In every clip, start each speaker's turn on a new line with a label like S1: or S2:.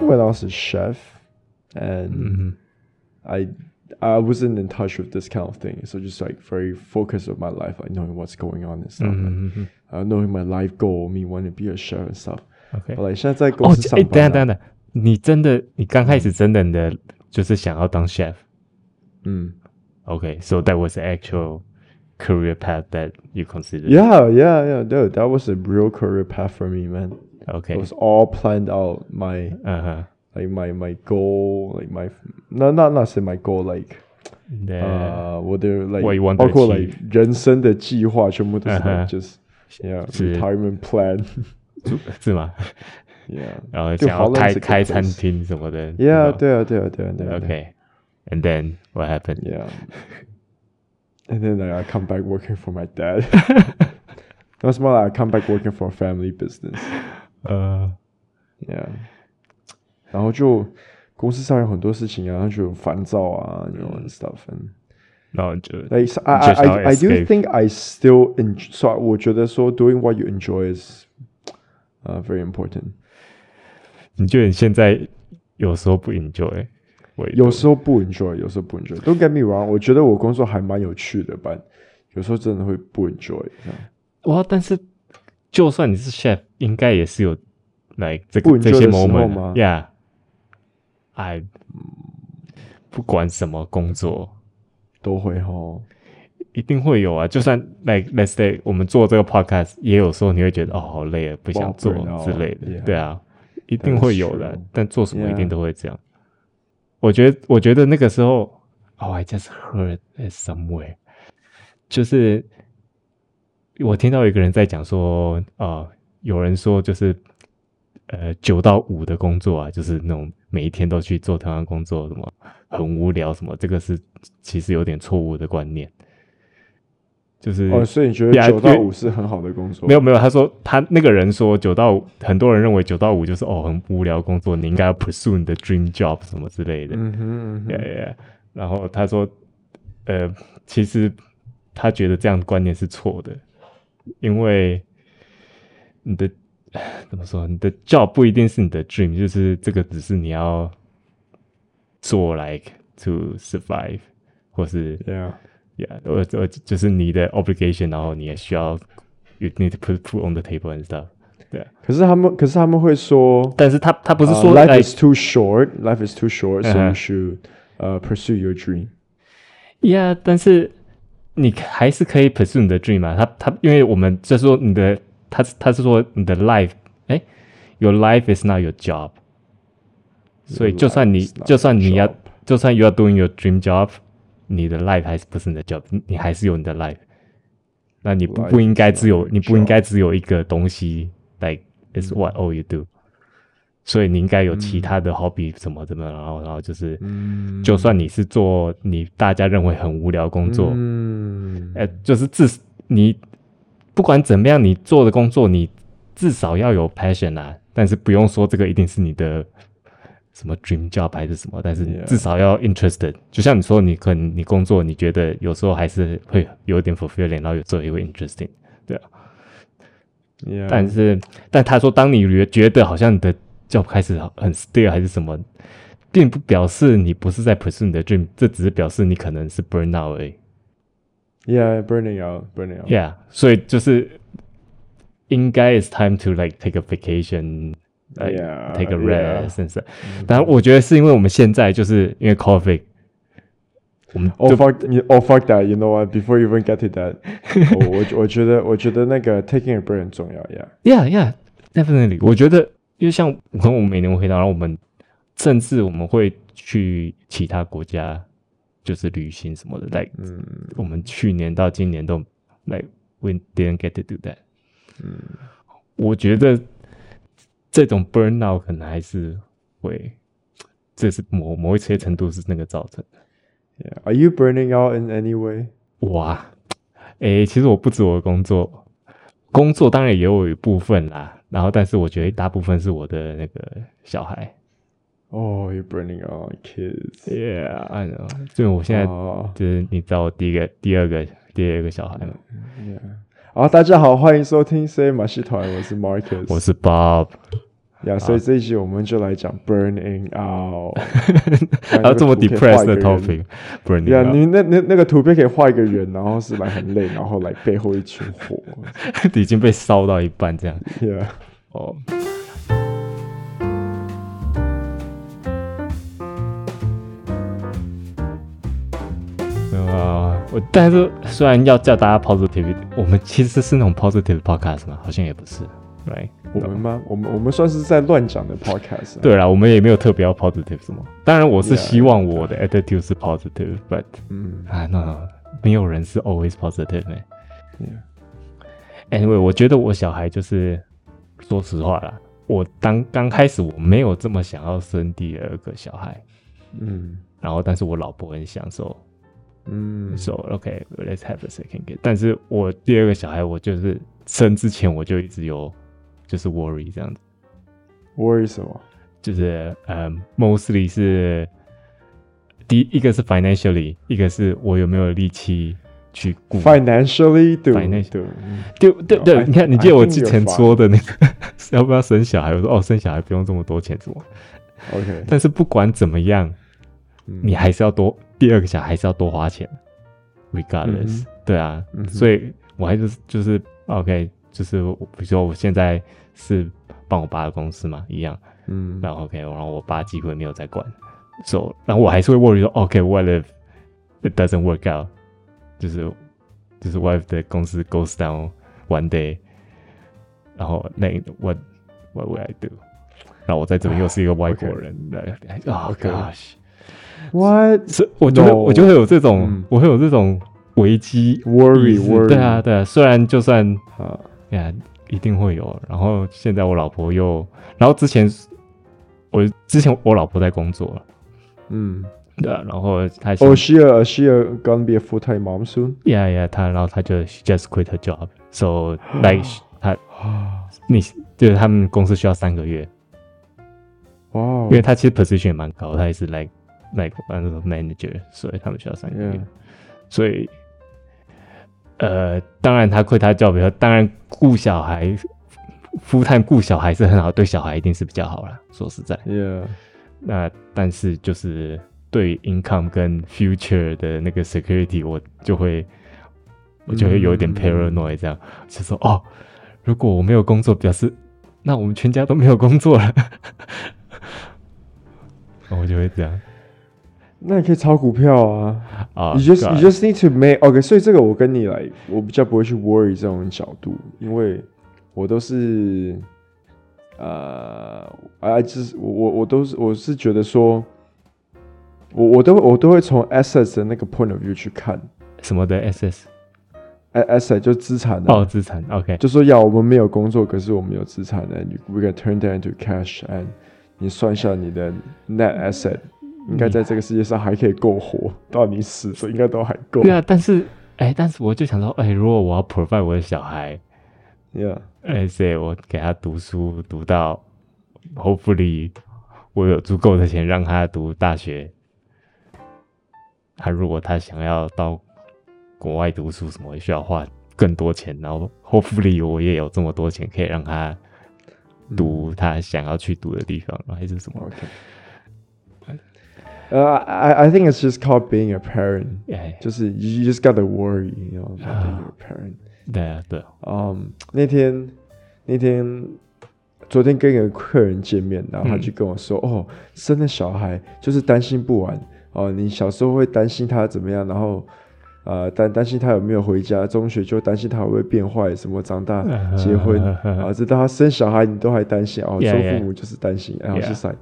S1: house is chef, and I I wasn't in touch with this kind of thing. So just like very focused on my life, like knowing what's going on and stuff,
S2: Mm-hmm.
S1: like, uh, knowing my life goal, me wanting to be a chef and stuff.
S2: OK，
S1: 后来现在在公
S2: 哦，
S1: 司
S2: 这
S1: 上
S2: 哎，等一下
S1: 班、啊，
S2: 等一下等一下，你真的，你刚开始真的你的就是想要当 chef。
S1: 嗯
S2: OK，so that was the actual career path that you considered.
S1: Yeah, yeah, yeah, dude. That was a real career path for me, man. It
S2: OK，
S1: was all planned out. My
S2: 嗯哼，
S1: like my my goal, like my no not not say my goal, like
S2: 那
S1: 呃我的 like
S2: What you want to
S1: 包括
S2: achieve.
S1: like 人生的计划全部都是
S2: Uh-huh.
S1: like just yeah
S2: 是
S1: retirement plan
S2: 是吗？
S1: yeah
S2: 然后
S1: 就
S2: 想要
S1: Holland's
S2: 开
S1: a good
S2: 开餐
S1: place
S2: 厅什么的。
S1: yeah 对
S2: 对。
S1: 啊对啊对啊对啊对啊
S2: OK，and then what happened？
S1: yeah and then like, I come back working for my dad. That's more like I come back working for a family business.
S2: 呃，
S1: Yeah，然后就公司上有很多事情啊，就有烦躁啊，you know and stuff and
S2: 然后就
S1: like so I
S2: Just
S1: I
S2: how
S1: I, I do
S2: escape.
S1: think I still enjoy. So 我觉得说 doing what you enjoy is 呃、very important。
S2: 你觉得你现在有时候不 enjoy？我
S1: 有时候不 enjoy，有时候不 enjoy。Don't get me wrong，我觉得我工作还蛮有趣的，but 有时候真的会不 enjoy 这样。
S2: 哇，但是就算你是 chef，应该也是有 like 这
S1: 不
S2: 个
S1: enjoy
S2: 这些
S1: 的时候
S2: moment
S1: 吗
S2: 啊，Yeah。I 不管什么工作，
S1: 都会吼，
S2: 一定会有啊。就算 like let's say 我们做这个 podcast，也有时候你会觉得哦好累啊，不想做
S1: Well, burnout，
S2: 之类的。
S1: yeah
S2: 对啊，一定会有
S1: That's
S2: 的
S1: true，
S2: 但做什么
S1: yeah
S2: 一定都会这样。我觉得，我觉得那个时候，Oh I just heard it somewhere，就是我听到有一个人在讲说，呃，有人说就是。呃，九到五的工作啊，就是那种每一天都去做同样工作，什么很无聊，什么这个是其实有点错误的观念，就是
S1: 哦，所以你觉得
S2: Yeah，
S1: 九到
S2: 因为
S1: 五是很好的工作？
S2: 没有没有，他说他那个人说九到五，很多人认为九到五就是哦很无聊工作，你应该要 pursue 你的 dream job 什么之类的。
S1: 嗯哼，嗯哼
S2: yeah, yeah, yeah. 然后他说，呃，其实他觉得这样的观念是错的，因为你的怎么说，你的 job 不一定是你的 dream，就是这个只是你要做 like to survive，或是
S1: ，Yeah，
S2: Yeah，我我就是你的 obligation，然后你也需要 you need to put put on the table and stuff。对啊，
S1: 可是他们，可是他们会说。
S2: 但是他他不是
S1: Uh,
S2: 说
S1: life
S2: like
S1: is too short. Life is too short, so
S2: Uh-huh.
S1: you should uh, pursue your dream.
S2: yeah，但是你还是可以 pursue 你的 dream 啊嘛。他他因为我们就是说你的他他是说你的 life，哎，your life is not your job。所以
S1: Your
S2: 就算
S1: life
S2: 你
S1: is not
S2: 就算你
S1: your
S2: 要
S1: job
S2: 就算 you are doing your dream job，你的 life 还是不是你的 job，你你还是有你的 life。那你不
S1: Life
S2: 不应该
S1: is
S2: 只有
S1: not your
S2: 你不应
S1: job
S2: 该只有一个东西，like is what all you do。所以你应该有
S1: 嗯
S2: 其他的 hobby 什么怎么，然后然后就是，就算你是做你大家认为很无聊工作，
S1: 嗯，
S2: 呃，就是至你不管怎么样，你做的工作你至少要有 passion 啊，但是不用说这个一定是你的什么 dream job 还是什么，但是你
S1: Yeah.
S2: 至少要 interested。就像你说，你可能你工作你觉得有时候还是会有点 fulfilling，然后有时候也会 interesting。
S1: Yeah.
S2: 但是，但他说，当你觉觉得好像你的 job 开始很 still 还是什么，并不表示你不是在 pursue 你的 dream，这只是表示你可能是 burn out 而已。
S1: yeah, burning out, burning out.
S2: Yeah，所以就是应该 is time to like take a vacation。like
S1: Yeah,
S2: take a
S1: Uh, yeah.
S2: rest，and stuff 但我觉得是因为我们现在就是因为 COVID，我们
S1: Oh
S2: 就
S1: fuck! you- Oh fuck that! You know what? Before you even get to that，我 oh, 我我觉得我觉得那个 uh, taking a break 很重要，Yeah。
S2: Yeah, yeah, definitely。我觉得，因为像我跟我每年回答，然后我们甚至我们会去其他国家，就是旅行什么的。Like，、
S1: 嗯
S2: 我们去年到今年都 like we didn't get to do that。
S1: 嗯，
S2: 我觉得这种 burnout 可能还是会，这是某某一些程度是那个造成的。
S1: ，Yeah. Are you burning out in any way?
S2: 哇，诶、其实我不止我的工作，工作当然也有一部分啦。然后，但是我觉得大部分是我的那个小孩。
S1: Oh, you're burning out, on kids.
S2: Yeah, I know。就我现在
S1: 哦
S2: 就是你知道我第一个、第二个、第二个小孩吗？
S1: ，Yeah. 好，大家好，欢迎收听 C 马戏团，我是 Marcus，
S2: 我是 Bob。
S1: 呀，所以这一集我们就来讲 burning out。
S2: 然啊后这么 depressed 的
S1: topic。
S2: topic，burning
S1: 呀
S2: out
S1: 你那那那个图片可以画一个人，然后是来很累，然后来背后一群火。
S2: 已经被烧到一半这样。
S1: Yeah，
S2: 哦。没有啊，我但是虽然要叫大家 positive，我们其实是那种 positive podcast 嘛，好像也不是，right？
S1: 我们吗？我们我们算是在乱讲的 podcast 啊。
S2: 对啦，我们也没有特别要 positive 什么。当然，我是
S1: Yeah.
S2: 希望我的 attitude 是 positive，but
S1: 嗯
S2: 啊，no no，没有人是 always positive、欸。
S1: ，Yeah，
S2: Anyway，我觉得我小孩就是，说实话啦，我当刚开始我没有这么想要生第二个小孩，
S1: 嗯
S2: 然后但是我老婆很享受
S1: 嗯
S2: ，so OK，let's、have a second kid。但是我第二个小孩，我就是生之前我就一直有就是 worry 这样子，
S1: ，worry 什么？
S2: 就是呃、mostly 是第一一个是 financially，一个是我有没有力气去顾
S1: financially 对
S2: Financial-
S1: 对，嗯
S2: 对对对，
S1: I-
S2: 你看，你
S1: I
S2: 记得我
S1: think
S2: 之
S1: you're
S2: 前
S1: fine.
S2: 说的那个 要不要生小孩？我说哦，生小孩不用这么多钱，什么？
S1: ，OK，嗯
S2: 但是不管怎么样，你还是要多第二个小孩还是要多花钱，regardless、
S1: 嗯哼
S2: 对啊，
S1: 嗯哼
S2: 所以我还是就是 OK，就是我比如说我现在是帮我爸的公司嘛，一样，
S1: 嗯
S2: 然后 OK，然后我爸几乎也没有在管，so 然后我还是会 worry 说 OK，what、if it doesn't work out？就是就是 what if 的公司 goes down one day，然后那 what what will I do？然后我在这边又是一个外国人，对啊、
S1: 啊 OK
S2: gosh，
S1: ，what
S2: 是我就会
S1: No
S2: 我就会有这种、
S1: 嗯
S2: 我会有这种危机
S1: worry
S2: 意识
S1: worry
S2: 对啊对啊，虽然就算
S1: 啊
S2: 呀，一定会有。然后现在我老婆又，然后之前我之前我老婆在工作了，
S1: 嗯
S2: 对啊、然后她
S1: ，oh she a she a gonna be a full time mom soon
S2: 呀呀，她然后她就 she just quit her job，so like 她
S1: 啊，
S2: 你就是他们公司需要三个月，
S1: 哇哦
S2: 因为她其实 position 也蛮高，她也是 like like 那种 manager，所以他们需要三个月
S1: ，yeah，
S2: 所以。呃，当然她 quit 她 job 以后，当然顾小孩、夫探顾小孩是很好，对小孩一定是比较好啦。说实在，
S1: yeah，
S2: 那但是就是对 income 跟 future 的那个 security，我就会我就会有一点
S1: 嗯
S2: paranoid，这样、就说哦，如果我没有工作，表示那我们全家都没有工作了， 我就会这样
S1: 那你可以炒股票啊
S2: 啊。
S1: ，you just
S2: God
S1: you just need to make OK，所以这个我跟你来，我比较不会去 worry 这种角度，因为我都是呃，I just 我我我都是我是觉得说。我我都我都会从 assets 的那个 point of view 去看，
S2: 什么的 SS
S1: a- asset 就资产的、
S2: 哦，资产 OK，
S1: 就说要我们没有工作，可是我们有资产，and we can turn that into cash and 你算一下你的 net asset 应该在这个世界上还可以够活，到你死所以应该都还够。
S2: 对啊，但是哎，但是我就想说，哎，如果我要 provide 我的小孩，
S1: Yeah，
S2: 而且哎我给他读书读到，hopefully 我有足够的钱让他读大学。他如果他想要到国外读书什么，需要花更多钱，然后 hopefully 我也有这么多钱可以让他读他想要去读的地方，还是什么？
S1: OK。呃、i Uh, I think it's just called being a parent，
S2: 哎，
S1: 就是 you you just gotta worry，you know about being a parent。
S2: 对啊，对啊，
S1: 嗯，那天那天昨天跟一个客人见面，然后他
S2: 嗯
S1: 就跟我说：“哦，生了小孩就是担心不完哦，你小时候会担心他怎么样，然后呃担担心他有没有回家，中学就担心他会不会变坏，什么长大
S2: 嗯
S1: 结婚啊，直到他生小孩你都还担心哦，
S2: Yeah,
S1: 做
S2: yeah.
S1: 父母就是担心，然后
S2: Yeah.
S1: 是啥？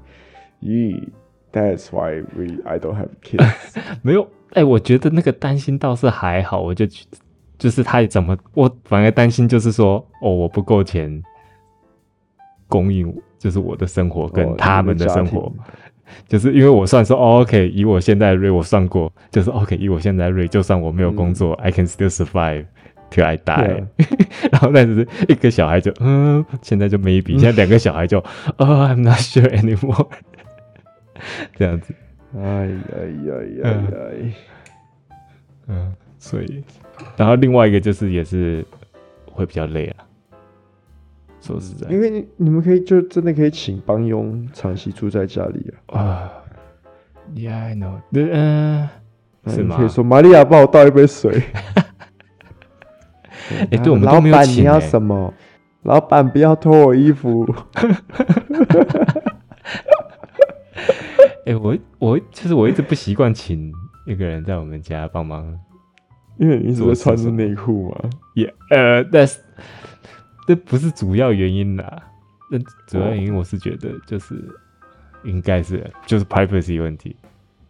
S1: 咦，That's why we I don't have kids
S2: 没有，哎、我觉得那个担心倒是还好，我就去就是他怎么，我反而担心就是说，哦，我不够钱供应，就是我的生活
S1: 哦
S2: 跟他们的
S1: 家
S2: 生
S1: 庭
S2: 活，就是因为我算说、哦、，OK，以我现在的 rate，我算过，就是 OK，以我现在的 rate，就算我没有工作、i can still survive。till I die，、然 后但是一个小孩就嗯，现在就 maybe，现在两个小孩就 哦，I'm not sure anymore，这样子。
S1: 哎呀呀呀呀！
S2: 嗯，所以，然后另外一个就是也是会比较累啊，说实在
S1: 因为你你们可以就真的可以请帮佣长期住在家里啊，
S2: 啊，Yeah，I know，嗯、
S1: 然后
S2: 是
S1: 你
S2: 吗
S1: 可以说玛利亚帮我倒一杯水。
S2: 哎、对我们
S1: 老
S2: 都没有
S1: 板
S2: 请、
S1: 你要
S2: 欸，
S1: 什么？老板不要脱我衣服。
S2: 哎、我我就是我一直不习惯请一个人在我们家帮忙。
S1: 因为你一直在穿着内裤嘛，
S2: 也呃，但是这不是主要原因啦。那主要原
S1: 哦
S2: 因我是觉得就是应该是就是 privacy 问题，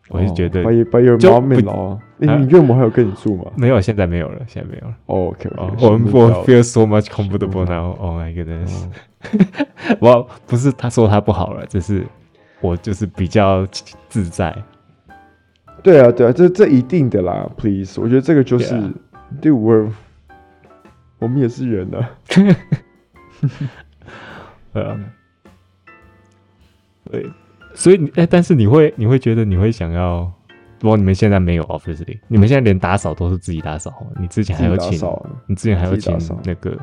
S2: 我是觉得
S1: 哦把有把有
S2: 就
S1: 毛面
S2: 不
S1: 了。你
S2: 啊
S1: 你岳母还有跟你住吗
S2: 没有，现在没有了，现在没有了。
S1: ？OK
S2: 哦
S1: OK，，
S2: 我我 feel so much
S1: 不
S2: comfortable now. Oh my goodness！我
S1: 哦
S2: 不是他说他不好了，只是我就是比较自在。
S1: 对啊对啊，这这一定的啦，please，我觉得这个就是
S2: Yeah
S1: 对我我们也是人啊。
S2: 呃，对，
S1: 嗯
S2: 所以你哎、但是你会你会觉得你会想要，如果你们现在没有 obviously，你们现在连打扫都是自己打扫，你之前还有
S1: 自己打
S2: 请，
S1: 扫啊
S2: 你之前还有
S1: 自己
S2: 请
S1: 打扫
S2: 那个，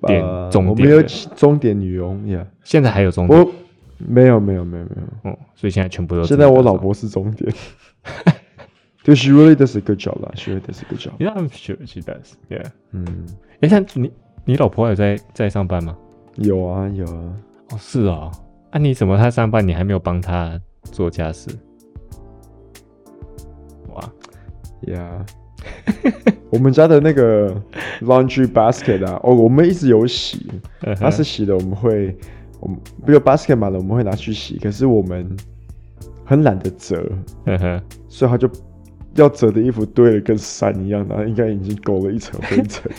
S1: 把
S2: 点重
S1: 我
S2: 点
S1: 们有
S2: 的
S1: 起终点女佣，Yeah，
S2: 现在还有中间，
S1: 我没有没有没有没有，
S2: 嗯，所以现在全部都
S1: 现
S2: 自己
S1: 在我
S2: 打扫
S1: 老，婆是终点。 对，she really does a good job 啦，she really does a good job。
S2: Yeah, I'm sure she does. Yeah，
S1: 嗯，
S2: 哎、像你你老婆有在在上班吗？
S1: 有啊有啊，
S2: 哦，是哦，啊，你怎么她上班你还没有帮她做家事？哇，
S1: Yeah，我们家的那个 laundry basket 啊，哦，我们一直有洗，它是洗的，我们会，我们不有 basket 满了，我们会拿去洗，可是我们很懒得折，
S2: 呵 呵。
S1: 所以它就要折的衣服堆得跟山一样，然后应该已经勾了一层灰 尘。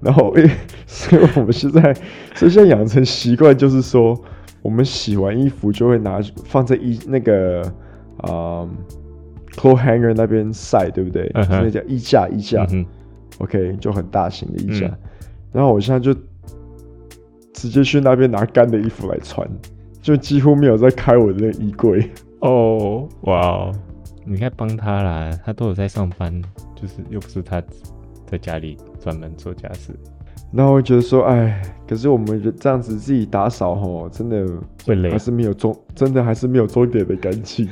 S1: 然后，因为所以我们现在，所以现在养成习惯就是说，我们洗完衣服就会拿放在衣那个啊、嗯 clothes hanger 那边晒，对不对？
S2: 嗯哼
S1: 那叫衣架，衣架、
S2: 嗯哼
S1: o k 就很大型的衣架。
S2: 嗯
S1: 然后我现在就直接去那边拿干的衣服来穿，就几乎没有在开我的那个衣柜。
S2: 哦，哇哦，你应该帮他啦，他都有在上班，就是又不是他在家里专门做家事，
S1: 然后我觉得说，哎，可是我们就这样子自己打扫吼，真的
S2: 会累
S1: 还。是没有终，真的还是没有终点的干净。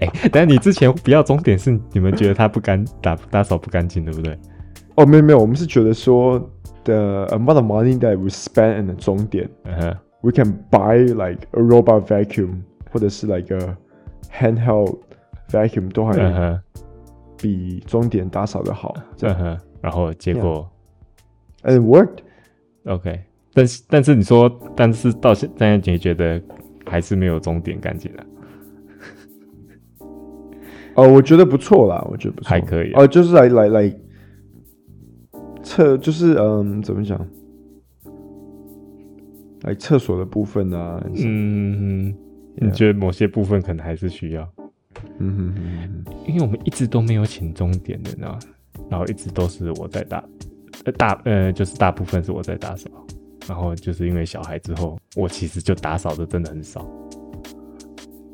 S2: 哎、但你之前不要终点是你们觉得他不干打打扫不干净，对不对？
S1: 哦，没有没有，我们是觉得说，the amount of money that we spend in 终点
S2: 嗯哼，
S1: ，we can buy like a robot vacuum 或者是 like a handheld vacuum 都
S2: 嗯
S1: 还
S2: 哼，
S1: 比终点打扫的好。这
S2: 嗯
S1: 样
S2: 哼，然后结果
S1: and it worked。
S2: OK，但是但是你说，但是到现在你觉得还是没有终点干净啊？
S1: 哦，我觉得不错啦，我觉得不错，
S2: 还可以啊
S1: 哦，就是来来来，厕就是嗯，怎么讲？来厕所的部分啊，
S2: 嗯，你
S1: Yeah
S2: 觉得某些部分可能还是需要。
S1: 嗯哼哼哼
S2: 因为我们一直都没有请终点的呢，然后一直都是我在打，呃大呃就是大部分是我在打扫，然后就是因为小孩之后，我其实就打扫的真的很少。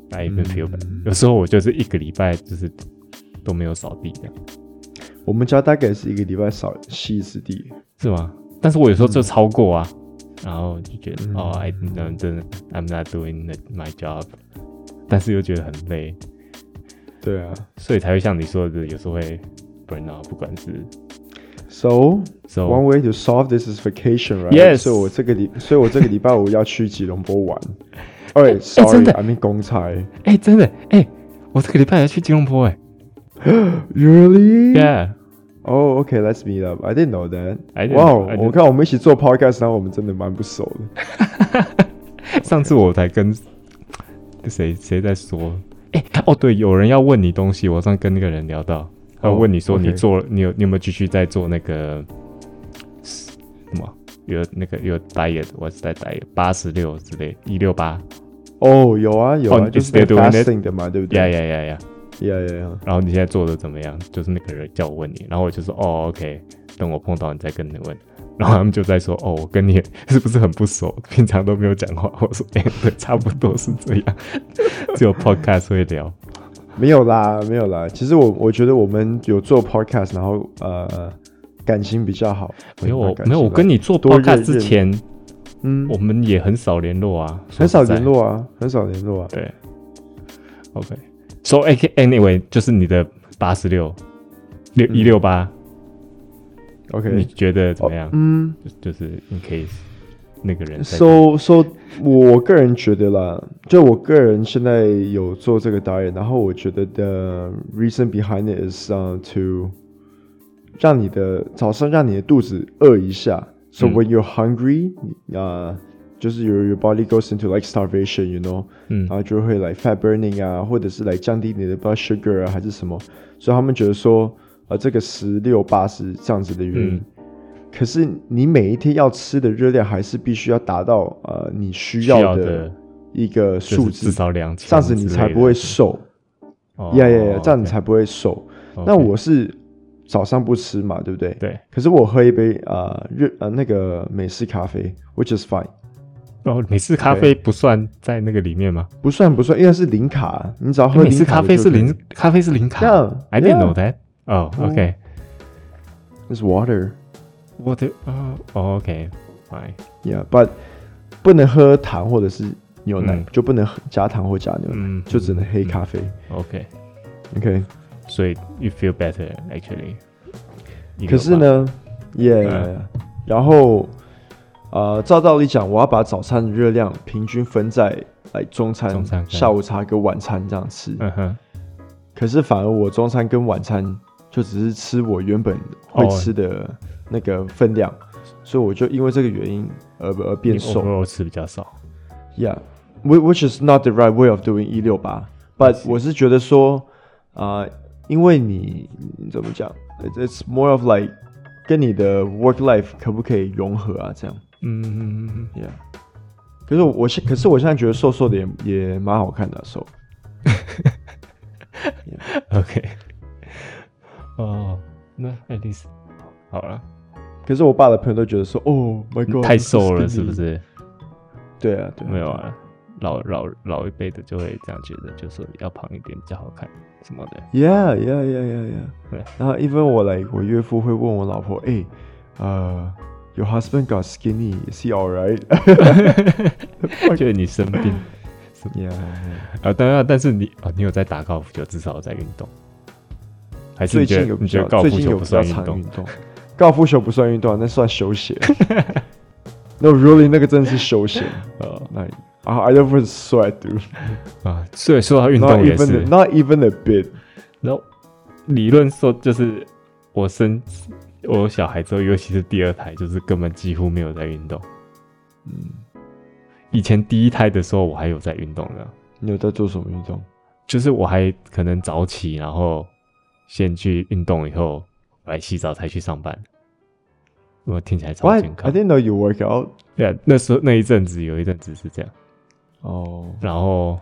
S2: 来一个 feel，bad、有时候我就是一个礼拜就是都没有扫地的，
S1: 哼我们家大概是一个礼拜扫吸一次地，
S2: 是吗？但是我有时候就超过啊，然后就觉得、哦，I no 真的 I'm not doing the- my job，但是又觉得很累，
S1: 对啊。
S2: 所以才会像你说的，有时候会 burn out，不管是
S1: So
S2: so
S1: one way to solve this is vacation, right?
S2: Yes
S1: 所以我这个礼，所以我这个礼拜五要去吉隆坡玩。
S2: 真
S1: Alright，sorry，
S2: 哎的
S1: I mean 公差。
S2: 哎、真的，哎、我这个礼拜要去吉隆坡、哎
S1: Really?
S2: ，Yeah，
S1: Oh, okay. Let's meet up. I didn't know that.
S2: I didn't-
S1: 哇哦
S2: I didn't-
S1: 我看我们一起做 podcast，然后我们真的蛮不熟的。
S2: 上次我才跟谁谁在说，哎、哦，对，有人要问你东西，我上次跟那个人聊到，他
S1: 哦
S2: 问你说
S1: OK
S2: 你做了你有你有没有继续在做那个什么？有那个有 diet，我是在 diet 八十六之类，一六八，
S1: 哦，有啊有
S2: 哦
S1: 啊，
S2: 你
S1: 就是
S2: still doing it？
S1: fasting 的嘛，对不对
S2: 呀呀呀呀！
S1: 呀呀呀！
S2: 然后你现在做的怎么样？就是那个人叫我问你，然后我就说哦，OK，等我碰到你再跟你问。然后他们就在说哦，我跟你 是不是很不熟？平常都没有讲话。我说哎、对，差不多是这样， 只有 podcast 会聊。
S1: 没有啦，没有啦。其实我我觉得我们有做 podcast，然后呃感情比较好。
S2: 没有我
S1: 感情
S2: 没有我
S1: 吧
S2: 跟你做
S1: 多
S2: podcast
S1: 认
S2: 之
S1: 认
S2: 前，
S1: 嗯
S2: 我们也很少联络啊，说
S1: 很
S2: 实
S1: 少
S2: 在
S1: 联。络啊，很少联络啊。
S2: 对，OK。So a- anyway，就是你的八十六六一六八，你
S1: 嗯 OK，
S2: 觉得怎么样？
S1: 嗯
S2: 就是 in case 那个人在
S1: ，so so，我个人觉得啦，就我个人现在有做这个导演，然后我觉得的 reason behind it is uh, to 让你的早上让你的肚子饿一下，so
S2: 嗯
S1: when you're hungry，啊、就是 your your body goes into like starvation，you know。
S2: 嗯
S1: 然后就会来 fat burning 啊，或者是来降低你的 blood sugar 啊，还是什么，所以他们觉得说，呃，这个十六八是这样子的原因。
S2: 嗯
S1: 可是你每一天要吃的热量还是必须要达到呃你需
S2: 需
S1: 要
S2: 要
S1: 的一个
S2: 就是
S1: 数字，
S2: 至少两千，
S1: 这样子你才不会。瘦。
S2: 哦
S1: 呀呀呀，这样你
S2: OK，
S1: 才不会瘦。
S2: OK
S1: 那我是早上不吃嘛，对不对？
S2: 对
S1: 可是我喝一杯呃热呃那个美式咖啡，which is fine，
S2: 哦，美式咖啡不算在那个里面吗？
S1: 不算不算，因为是零卡，啊你只要喝
S2: 美
S1: 零
S2: 式
S1: 卡
S2: 咖
S1: 的
S2: 啡
S1: 就是可以
S2: 零，咖啡是零卡。
S1: Yeah,
S2: I didn't
S1: yeah.
S2: know that. 哦，OK，
S1: ，is water。
S2: 我的啊，OK，fine。
S1: Yeah，but 不能喝糖或者是牛奶，
S2: 嗯
S1: 就不能喝加糖或加牛奶，
S2: 嗯
S1: 就只能黑咖啡。
S2: OK，
S1: OK，
S2: 所以 you feel better actually。
S1: 可是，呢，Yeah，、
S2: 嗯
S1: 然后呃，照道理讲，我要把早餐的热量平均分在来中餐、
S2: 中餐跟
S1: 下午茶跟晚餐这样吃。
S2: 嗯哼，
S1: 可是反而我中餐跟晚餐就只是吃我原本会
S2: 哦
S1: 吃的那个分量，所以我就因为这个原因而而变
S2: 你
S1: 瘦。
S2: overall 吃比较少。
S1: Yeah, whi- which is not the right way of doing 一六八。But 我是觉得说，啊、因为你你怎么讲，it-，it's more of like 跟你的 work life 可不可以融合啊？这样
S2: 嗯嗯嗯
S1: ，Yeah。可是我我现可是我现在觉得瘦瘦的也也蛮好看的、啊瘦。
S2: 嗯，OK。哦，那 at least 好了，
S1: 可是我爸的朋友都觉得说，哦，My God，
S2: 太
S1: you're so
S2: 瘦了
S1: skinny
S2: 是不？是？
S1: 对啊，对啊
S2: 没有啊，老老老一辈的就会这样觉得，就说要胖一点比较好看什么的。
S1: Yeah, yeah, yeah, yeah,
S2: 对
S1: yeah. 然后 even 我 like 我岳父会问我老婆，哎、呃、y o u r husband got skinny, is he alright?
S2: 就是你生病
S1: yeah.
S2: 啊，当然，但是你啊，你有在打高尔夫球，至少有在运动。还是
S1: 最
S2: 你觉
S1: 近有
S2: 得
S1: 比
S2: 你觉
S1: 较
S2: 得高尔
S1: 最
S2: 夫
S1: 近有
S2: 球
S1: 比
S2: 不
S1: 较
S2: 算运
S1: 常
S2: 动
S1: 运？动，高尔夫球不算运动，那算休 闲。no, really，那个真的是休闲。
S2: 呃
S1: Like 啊 I I don't even sweat, dude.
S2: 啊，所以说到运
S1: Not
S2: 动也
S1: even
S2: 是
S1: a-，not even a bit.
S2: 然后理论说就是我生我有小孩之后，尤其是第二胎，就是根本几乎没有在运动。嗯，以前第一胎的时候我还有在运动的，
S1: 你有在做什么运动？
S2: 就是我还可能早起，然后先去运动，以后来洗澡才去上班。我听起来超
S1: What?
S2: 健
S1: I
S2: 康。
S1: didn't know you work out.
S2: 对啊，那时候那一阵子有一阵子是这样，
S1: 哦，
S2: 然后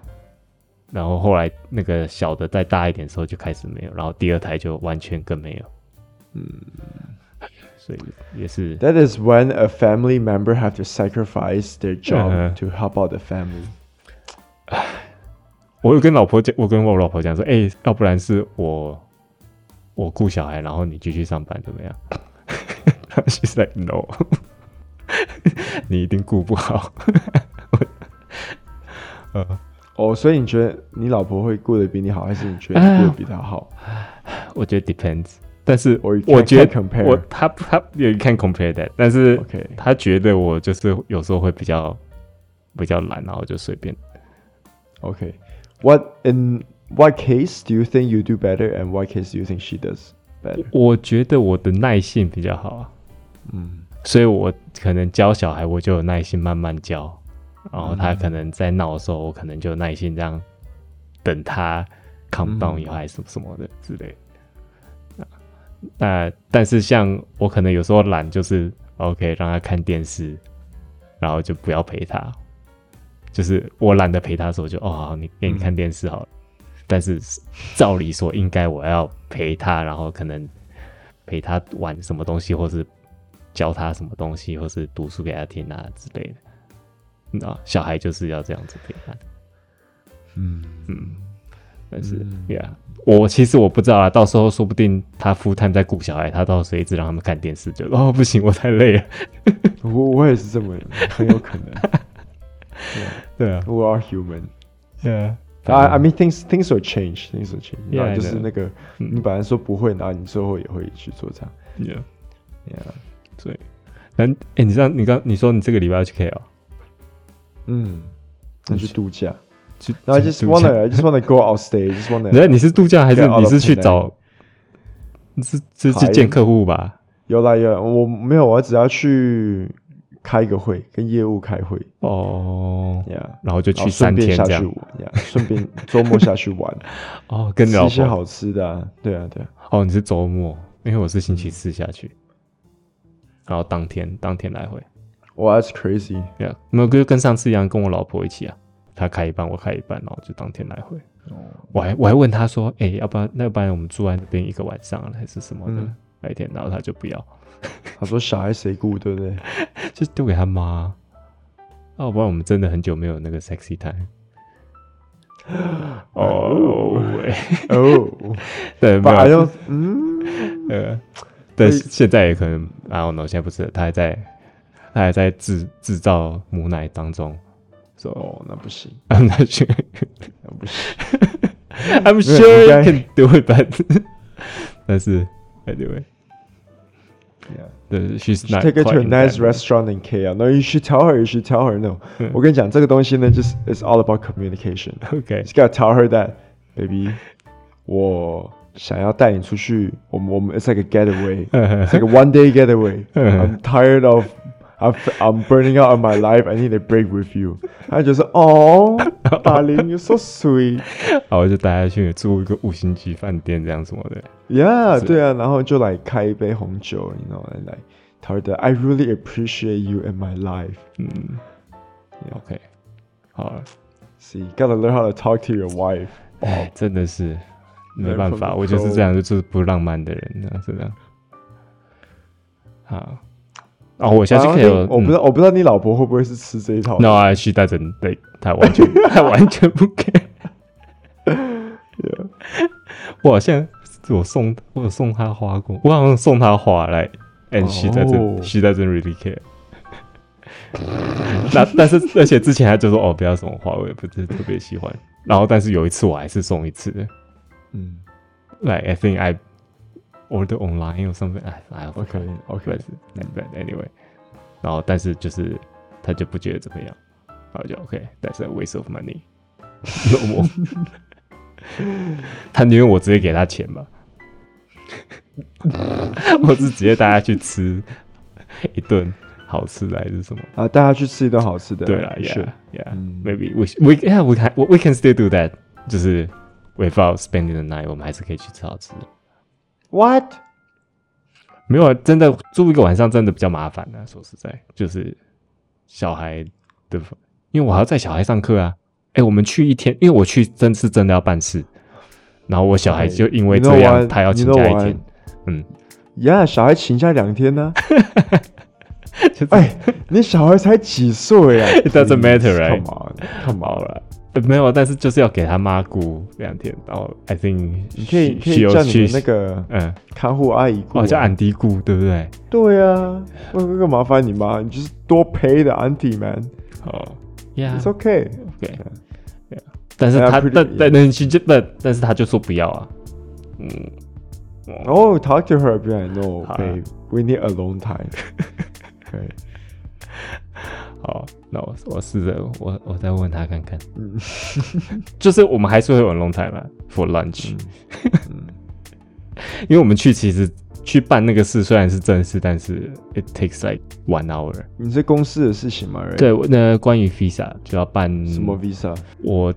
S2: 然后后来那个小的再大一点的时候就开始没有，然后第二胎就完全更没有。嗯，所以也是
S1: That is when a family member have to sacrifice their job
S2: Uh-huh.
S1: to help out the family.
S2: 我有跟老婆讲，我跟我老婆讲说，哎、要不然是我我顾小孩，然后你继续上班怎么样 ？She's like no，你一定顾不好。
S1: 哦，所以你觉得你老婆会过得比你好，还是你觉得你过得比她好？
S2: 我觉得 depends，但是
S1: Or you
S2: 呃我
S1: can't-
S2: 觉
S1: can't
S2: 得
S1: compare.
S2: 我他他也 can compare that，但是
S1: OK
S2: 他觉得我就是有时候会比较比较懒，然后就随便。
S1: Okay. What in what case do you think you do better, and what case do you think she does better?
S2: 我觉得我的耐性比较好啊，
S1: 嗯
S2: 所以我可能教小孩我就有耐心慢慢教，然后他可能在闹的时候，我可能就有耐心这样等他 calm down 以后还是什么什么的之类的。那但是像我可能有时候懒，就是 OK 让他看电视，然后就不要陪他，就是我懒得陪他的时候就哦好，你给你看电视好了。但是照理说应该我要陪他，然后可能陪他玩什么东西，或是教他什么东西，或是读书给他听啊之类的。啊你知道，小孩就是要这样子陪伴。
S1: 嗯
S2: 但是、
S3: 嗯
S2: y e a h 我其实我不知道啊，到时候说不定他 full time 在顾小孩，他到时候一直让他们看电视，就哦不行，我太累了。
S1: 我我也是这么， 很有可能。
S2: 对啊，
S1: We are human.
S2: 对啊，
S1: I I mean things things will change, things will change.
S2: Yeah, I
S1: 就是
S2: know.
S1: 那个
S2: 嗯
S1: 你本来说不会，然后你最后也会去做这样。
S2: yeah，
S1: Yeah.
S2: 所以，但哎、你知道你刚你说你这个礼拜要去哦 KL，
S1: 嗯，那去度 假。
S2: 去
S1: No, I
S2: 去
S1: just
S2: 度假
S1: wanna, I just wanna go out stay. I Just
S2: 你在
S1: wanna.
S2: 你是度假还是
S1: Get out of
S2: 你是去
S1: Penang
S2: 找？你是是去
S1: 排
S2: 见客户吧？
S1: 有啦有啦，我没有，我只要去开个会，跟业务开会。
S2: 哦，
S1: Yeah.
S2: 然后就
S1: 然
S2: 去
S1: 后
S2: 三
S1: 顺便
S2: 天
S1: 下
S2: 这
S1: 去
S2: 样。
S1: 玩呀，顺便周末下去玩，
S2: 哦，跟你
S1: 吃
S2: 老
S1: 一些
S2: 婆。
S1: 好吃的啊。对啊，对啊。
S2: 哦，你是周末，因为我是星期四下去，
S1: 嗯
S2: 然后当天当天来回。
S1: 哇，That's crazy。
S2: 对啊，没有就跟上次一样，跟我老婆一起啊，她开一半，我开一半，然后就当天来回。我还我还问她说，哎、要不然那要不然我们住在那边一个晚上啊还是什么的、
S1: 嗯
S2: 白天，然后她就不要，
S1: 他说小孩谁顾，对不对？
S2: 就丢给她妈。要、不然我们真的很久没有那个 sexy time。哦， 喂
S1: 哦，
S2: 对，没
S1: 把
S2: 有，
S1: 又嗯，
S2: 呃， 对，
S1: 所以
S2: 现在也可能啊，我 n 现在不是，她还在，她还在制制造母奶当中。So
S1: 哦，那不行，
S2: I'm not sure.
S1: 那不行。
S2: I'm
S1: 没有
S2: sure
S1: 应
S2: you
S1: 该
S2: can do it, but 但是 anyway，
S1: Yeah.
S2: 对，she's
S1: Should
S2: not
S1: Take her to a
S2: quite in that
S1: nice restaurant in KL. No, you should tell her. You should tell her. No，
S2: 嗯
S1: 我跟你讲，这个东西呢，就是 it's all about communication.
S2: mood. OK，
S1: You just gotta tell her that, baby，我想要带你出去。我们我们 it's like a getaway.
S2: 嗯
S1: It's like a one day getaway.
S2: 嗯
S1: I'm tired of. I'm I'm burning out on my life. I need a break with you. 他就是哦，darling, you're so sweet.
S2: 然后就带她去住一个五星级饭店这样什么的。
S1: Yeah，
S2: 是
S1: 对啊，然后就来开一杯红酒，you know，and like tell her that I really appreciate you in my life.
S2: 嗯
S1: Yeah.
S2: ，OK，好
S1: 哦
S2: 了，
S1: See, you gotta learn how to talk to your wife.
S2: 哎，真的是没
S1: Learn
S2: 办
S1: from
S2: 法，
S1: the
S2: 我就是
S1: pro
S2: 这样，就是不浪漫的人，这样是这样。好，哦，我下次可以
S1: I don't
S2: 有
S1: think- 我不知道，我不知道你老婆会不会是吃这一套。
S2: No, I she doesn't. Like, 他完全，他完全不 care。我好像我送我有送他花过，我好像送他花来，and she doesn't、
S1: 哦
S2: she doesn't really care 那但是而且之前他就说哦不要送我花，我也不是特别喜欢。然后但是有一次我还是送一次的
S1: 嗯
S2: ，like I think I order online or something. I I don't know.
S1: ，OK OK，
S2: but but anyway，然后但是就是他就不觉得怎么样，然后就 OK，that's、a waste of money，no more。他宁愿我直接给他钱吧，我是直接带他去吃一顿好吃的还是什么？
S1: 啊，带她去吃一顿好吃的。
S2: 对啦
S1: you
S2: ，yeah
S1: should.嗯
S2: yeah，maybe we should- we yeah we can we can still do that，就是 without spending the night，我们还是可以去吃好吃的。
S1: What？
S2: 没有，啊，真的住一个晚上真的比较麻烦啊。说实在，就是小孩的，因为我还要带小孩上课啊。哎，我们去一天，因为我去真是真的要办事，然后我小孩哎就
S1: 哎
S2: 因为这
S1: You know
S2: 样，
S1: what？
S2: 他要请假
S1: You
S2: 一
S1: know
S2: 天。 嗯，
S1: 呀，小孩请假两天 呢
S2: 就。这
S1: 哎，你小孩才几岁啊
S2: It doesn't matter, right?
S1: Come on, come
S2: 好
S1: on.
S2: 了，呃没有，但是就是要给他妈雇两天。然后 I think
S1: 你可以
S2: she-
S1: 可
S2: she
S1: 以
S2: 有
S1: 叫你
S2: 去
S1: 的那个啊
S2: 嗯，
S1: 看护阿姨过
S2: 哦
S1: 来。
S2: 叫俺迪雇，对不对？
S1: 对啊，为为干嘛烦你妈？你就是多陪的 auntie man。
S2: 哦，Yeah
S1: It's okay.
S2: OK，对啊但是
S1: Yeah,
S2: 他
S1: pretty-
S2: 但但但是就但但是他就说不要啊。嗯，
S1: Oh, talk to her. Be like, no,
S2: 好啊
S1: babe, we need alone time. okay.
S2: 好，那我我试着我我再问他看看，
S1: 嗯
S2: 就是我们还是会有 long time 啦 for
S1: 嗯
S2: lunch，、因为我们去其实去办那个事虽然是正事，但是 it takes like one hour。
S1: 你是公司的事情嘛？right？
S2: 对，我那关于 visa 就要办
S1: 什么 visa？
S2: 我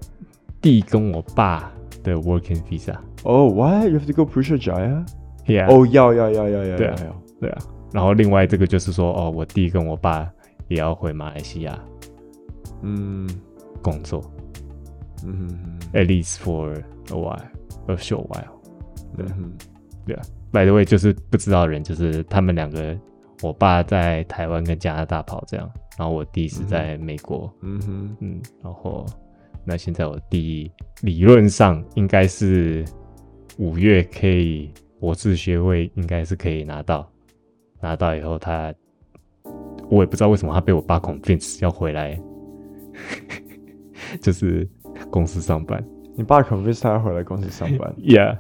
S2: 弟跟我爸的 working visa。
S1: 哦、w h y you have to go push a jaya？
S2: Yeah，、
S1: 哦，要要要要要
S2: 对
S1: 要
S2: 啊
S1: 要。
S2: 对啊。然后另外这个就是说，哦，我弟跟我爸也要回马来西亚
S1: 嗯
S2: 工作
S1: 嗯
S2: ，at least for a while，a short while。对
S1: 嗯，
S2: 对啊，by the way，就是不知道的人，就是他们两个，我爸在台
S1: 嗯
S2: 湾跟加拿大跑这样，然后我弟是在美国，
S1: 嗯哼，
S2: 嗯然后那现在我第理论上应该是五月可以博士学位，应该是可以拿到。拿到以后他，我也不知道为什么他被我爸 convince 要回来， 就是公司上班。
S1: 你爸 convince 他回来公司上班
S2: Yeah，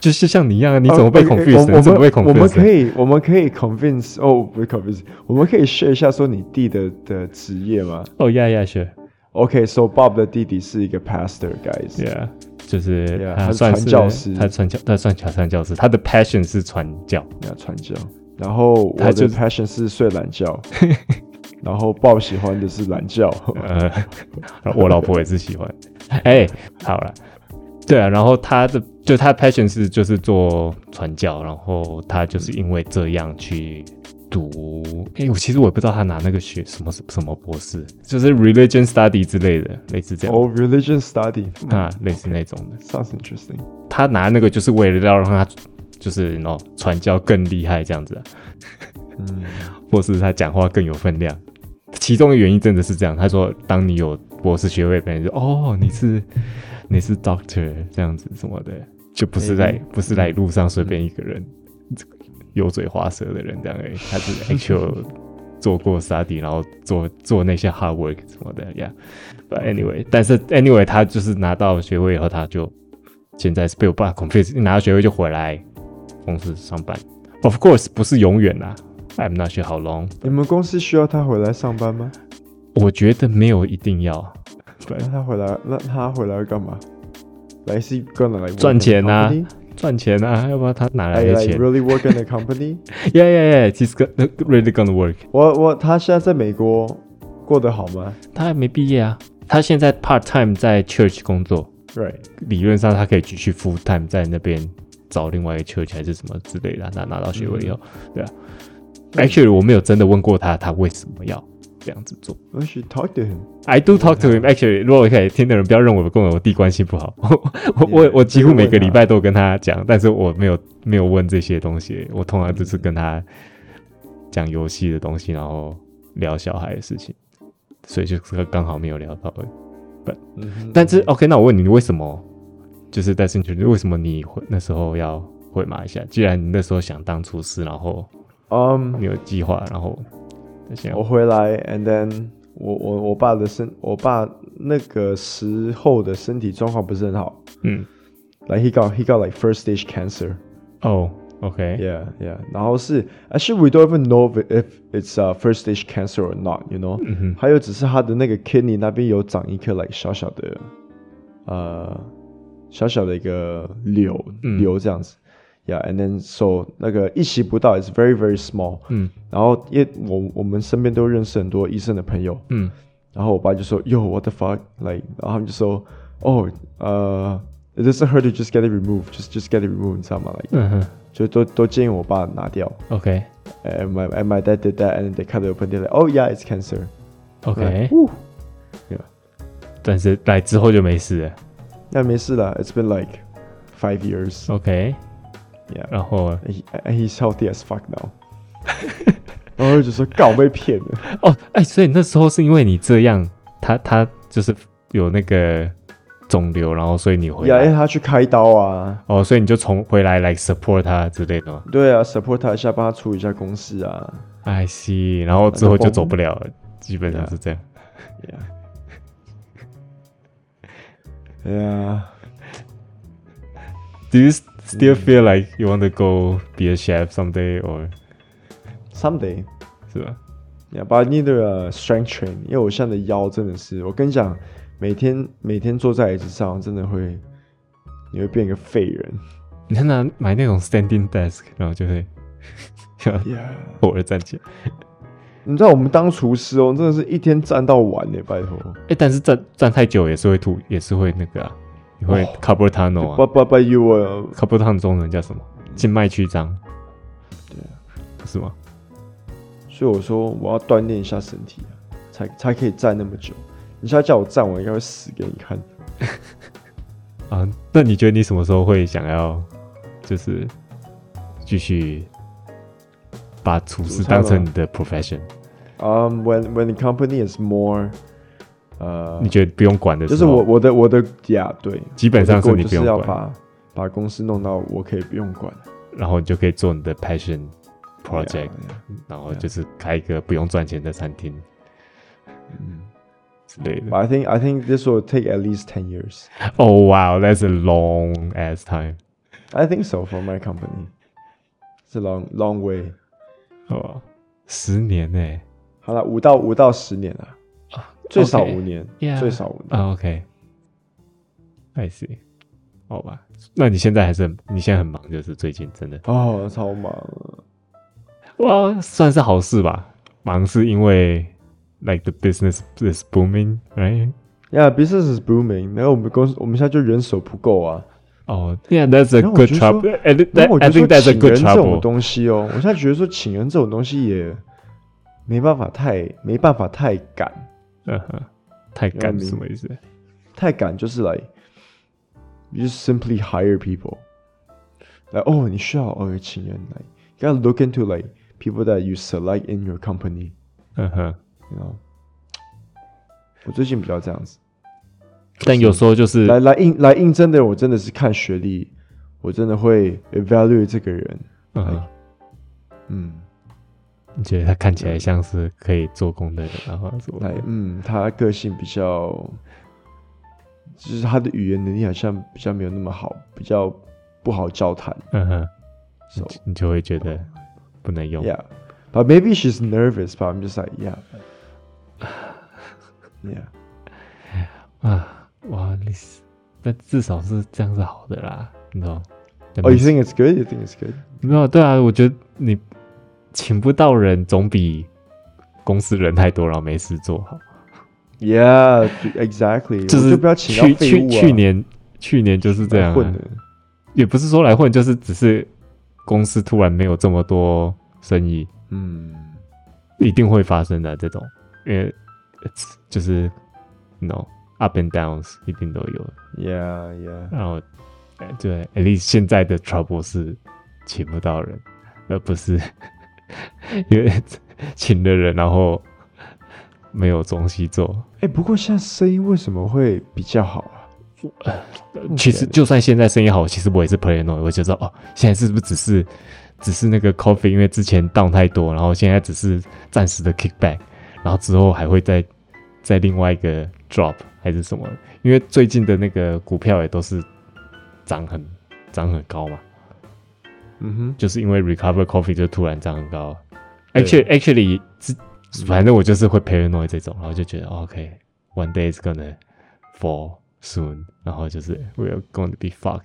S2: 就是像你一 样，你怎么被 convince？、
S1: 哦我
S2: 你怎么
S1: 们
S2: 被 convince？
S1: 我们可以我们可以 convince 哦，不是 convince，我们可以 share 一下说你弟的的职业吗
S2: 哦、y e a h yeah sure，yeah，
S1: ？OK，so、Bob 的弟弟是一个 pastor，guys。
S2: 就是他
S1: Yeah，他是
S2: 算是
S1: 传教士
S2: 他传教，他算传教士，他的 passion 是传教。
S1: 你要传教，然后我
S2: 他
S1: 的
S2: 就是
S1: passion 是睡懒觉， 然后 Bob 喜欢的是懒觉。
S2: 呃，我老婆也是喜欢。哎、好了，对啊，然后他的就他的 passion 是就是做传教，然后他就是因为这样去读。哎、我其实我也不知道他拿那个学什么什么博士，就是 religion study 之类的，类似这样、
S1: 哦、r e l i g i o n study
S2: 啊，类似那种的。
S1: sounds interesting。
S2: 他拿那个就是为了要让他就是喏传教更厉害这样子、啊，
S1: 嗯，
S2: 或是他讲话更有分量。其中的原因真的是这样，他说，当你有博士学位，别人就哦，你是你是 doctor 这样子什么的，就不是在
S1: Maybe
S2: 不是在路上随便一个人油嘴滑舌的人这样而已，他是 actual 做过 study，然后做做那些 hard work 什么的呀。Yeah. But anyway，但是 anyway，他就是拿到学位以后，他就现在是被我爸 confuse，拿到学位就回来公司上班。Of course，不是永远啦。I'm not sure how long。
S1: 你们公司需要他回来上班吗？
S2: 我觉得没有一定要对
S1: 那他回来，那他回来要干嘛？来是 gonna 来
S2: 赚钱啊
S1: Like
S2: 赚钱啊，要不然他哪来的
S1: like
S2: 钱
S1: really work in the company？
S2: ？Yeah, yeah, yeah. He's g o n really gonna work。
S1: 我我他现在在美国过得好吗
S2: 他还没毕业啊，他现在 part time 在 church 工作，
S1: ？Right，
S2: 理论上他可以继续 full time 在那边找另外一个 church 还是什么之类的，他拿到学位以后，对啊。Actually，我
S1: 嗯
S2: 没有真的问过他，他为什么要这样子做。
S1: 我去 talk to him。
S2: I do talk to him. Actually，如果可以听的人不要认为我跟我弟关系不好， 我我
S1: Yeah，
S2: 我几乎每
S1: 这个
S2: 个
S1: 问啊
S2: 礼拜都跟他讲，但是我没有没有问这些东西，我通常就是跟他讲游戏的东西，然后聊小孩的事情，所以就是刚好没有聊到而已。
S1: 嗯哼
S2: 但是 OK，那我问你，你为什么就是在圣泉，为什么你会那时候要回马来西亚？既然你那时候想当厨师，然后
S1: 嗯
S2: 你有计划，然后那些
S1: 我回来，and then 我我我爸的身，我爸那个时候的身体状况不是很好
S2: 嗯
S1: ，like he got he got like first stage cancer。
S2: 哦，OK，
S1: Yeah, yeah. 然后是，actually we don't even know if if it's a first stage cancer or not, you know.
S2: 嗯哼
S1: 还有只是他的那个 kidney 那边有长一颗 like 小小的，呃，小小的一个瘤
S2: 嗯
S1: 瘤这样子。Yeah, and then so 那个意识不到，it's very very small。
S2: 嗯
S1: 然后因为我我们身边都认识很多医生的朋友，
S2: 嗯
S1: 然后我爸就说，Yo, what the fuck? Like，然后他们就说，哦，呃，it doesn't hurt to just get it removed, just just get it removed，你知道吗？Like，
S2: 嗯哼
S1: 就都都建议我爸拿掉。
S2: ，OK
S1: And my and my dad did that, and they cut it open. They're like, oh yeah, it's cancer.
S2: OK，
S1: Woo.
S2: 但是来之后就没事了
S1: 那没事啦。It's been like five years.
S2: ，OK，
S1: Yeah.
S2: 然后
S1: And he- and he's healthy as fuck now. 然后我就说，干，我被骗了。
S2: 哦，哎，所以那时候是因为你这样，他他就是有那个肿瘤，然后所以你回
S1: 呀，因为
S2: 来。
S1: 他去开刀啊。
S2: 哦，所以你就从回来来 support 他之类的吗
S1: 对啊，support 他一下，帮他处理一下公事啊。
S2: ？I see，然后之后就走不了了，基本上是这样。
S1: Yeah. Yeah.
S2: Do you still feel like you want to go be a chef someday or
S1: Someday.
S2: 是吧？
S1: Yeah, but I need a strength train，因为我现在的腰真的是，我跟你讲，每天每天坐在椅子上，真的会，你会变一个废人。
S2: 你看他买那种 standing desk，然后就会 要
S1: Yeah，
S2: 偶尔站起来。
S1: 你知道我们当厨师哦，真的是一天站到晚呢，拜托。
S2: 哎、但是站站太久也是会吐，也是会那个啊，你会
S1: 哦
S2: carpotano 啊、
S1: But but but you were
S2: c a r p o t a n o 中文叫什么？静脉曲张。
S1: 对
S2: 不是吗？
S1: 所以我说我要锻炼一下身体啊，才才可以站那么久。你现在叫我站，我应该会死给你看。
S2: 啊，那你觉得你什么时候会想要，就是继续把厨
S1: 煮
S2: 师
S1: 菜吗
S2: 当成你的 profession？
S1: Um, when when the company is more 呃
S2: 你，觉得不用管的时
S1: 就
S2: 候，
S1: 是我我的我的呀，对，
S2: 基本上是
S1: 我
S2: 你
S1: 就
S2: 不
S1: 是
S2: 用
S1: 要
S2: 管，
S1: 把把公司弄到我可以不用管
S2: 然后你就可以做你的 passion project，、
S1: 呀呀
S2: 然后就是开一个不用赚钱的餐厅
S1: 嗯
S2: 之类的。
S1: But I think I think this will take at least ten years.
S2: Oh wow, that's a long ass time.
S1: I think so for my company. It's a long long way.
S2: 哦，十年呢、
S1: 好了，五到五到十年啊，最少
S2: OK
S1: 五年
S2: Yeah
S1: 最少五年。
S2: 啊，OK、o k I see. 好吧，那你现在还是很你现在很忙，就是最近真的
S1: 哦，超忙啊。
S2: 哇，算是好事吧。忙是因为 like the business is booming, right?
S1: Yeah, business is booming. 然后我们公司我们现在就人手不够啊。
S2: Oh, yeah, that's a
S1: 然后我
S2: good
S1: 就
S2: trouble.
S1: 说
S2: I, think
S1: 但
S2: that,
S1: 我觉
S2: I
S1: 得说
S2: think that's a
S1: 请
S2: good
S1: 人这种
S2: trouble.
S1: 东西哦，我现在觉得说请人这种东西也没办法太没办法太赶，
S2: 嗯哼，太赶是什么意思？
S1: 太赶就是来，you just simply hire people。来哦，你需要呃请人来，you gotta look into like people that you select in your company。
S2: 嗯哼，
S1: You know，我最近比较这样子，
S2: 但有时候就是
S1: 来来应来应征的人，我真的是看学历，我真的会 evaluate 这个人。
S2: 嗯哼，
S1: 嗯，
S2: 你觉得他看起来像是可以做工的人，然后说
S1: 来，嗯，他个性比较，就是他的语言能力好像比较没有那么好，比较不好交谈。
S2: 嗯哼，
S1: So
S2: 你就会觉得不能用。
S1: yeah, but maybe she's nervous. But I'm just like yeah, yeah.
S2: 啊，哇，你是那至少是这样是好的啦，你知道吗
S1: Oh, you think it's good? You think it's good?
S2: 没有，对啊，我觉得你请不到人总比公司人太多，然后没事做好。
S1: Yeah, exactly.
S2: 就
S1: 我
S2: 是
S1: 不要请
S2: 去
S1: 到废
S2: 去
S1: 物啊，
S2: 去年去年就是这样、
S1: 来混
S2: 啊
S1: 的，。
S2: 也不是说来混，就是只是公司突然没有这么多生意，Hmm.
S1: 嗯。
S2: 一定会发生的这种，因为 it's- 就是 no up and downs 一定都有。
S1: Yeah, yeah.
S2: 然后，呃对，at least 现在的 trouble 是请不到人，而不是因为请了人，然后没有东西做。
S1: 哎、不过现在生意为什么会比较好啊？
S2: 其实
S1: Okay
S2: 就算现在生意好，其实我也是 play no，我觉得哦，现在是不是只是只是那个 coffee，因为之前 down 太多，然后现在只是暂时的 kickback，然后之后还会再再另外一个 drop 还是什么？因为最近的那个股票也都是涨很涨很高嘛，
S1: 嗯
S2: 就是因为 recover coffee 就突然涨很高。
S1: 对
S2: Actually, actually，之反正我就是会 paranoid 这种，然后就觉得、哦、OK，one、day is gonna fall soon，然后就是 we are going to be fucked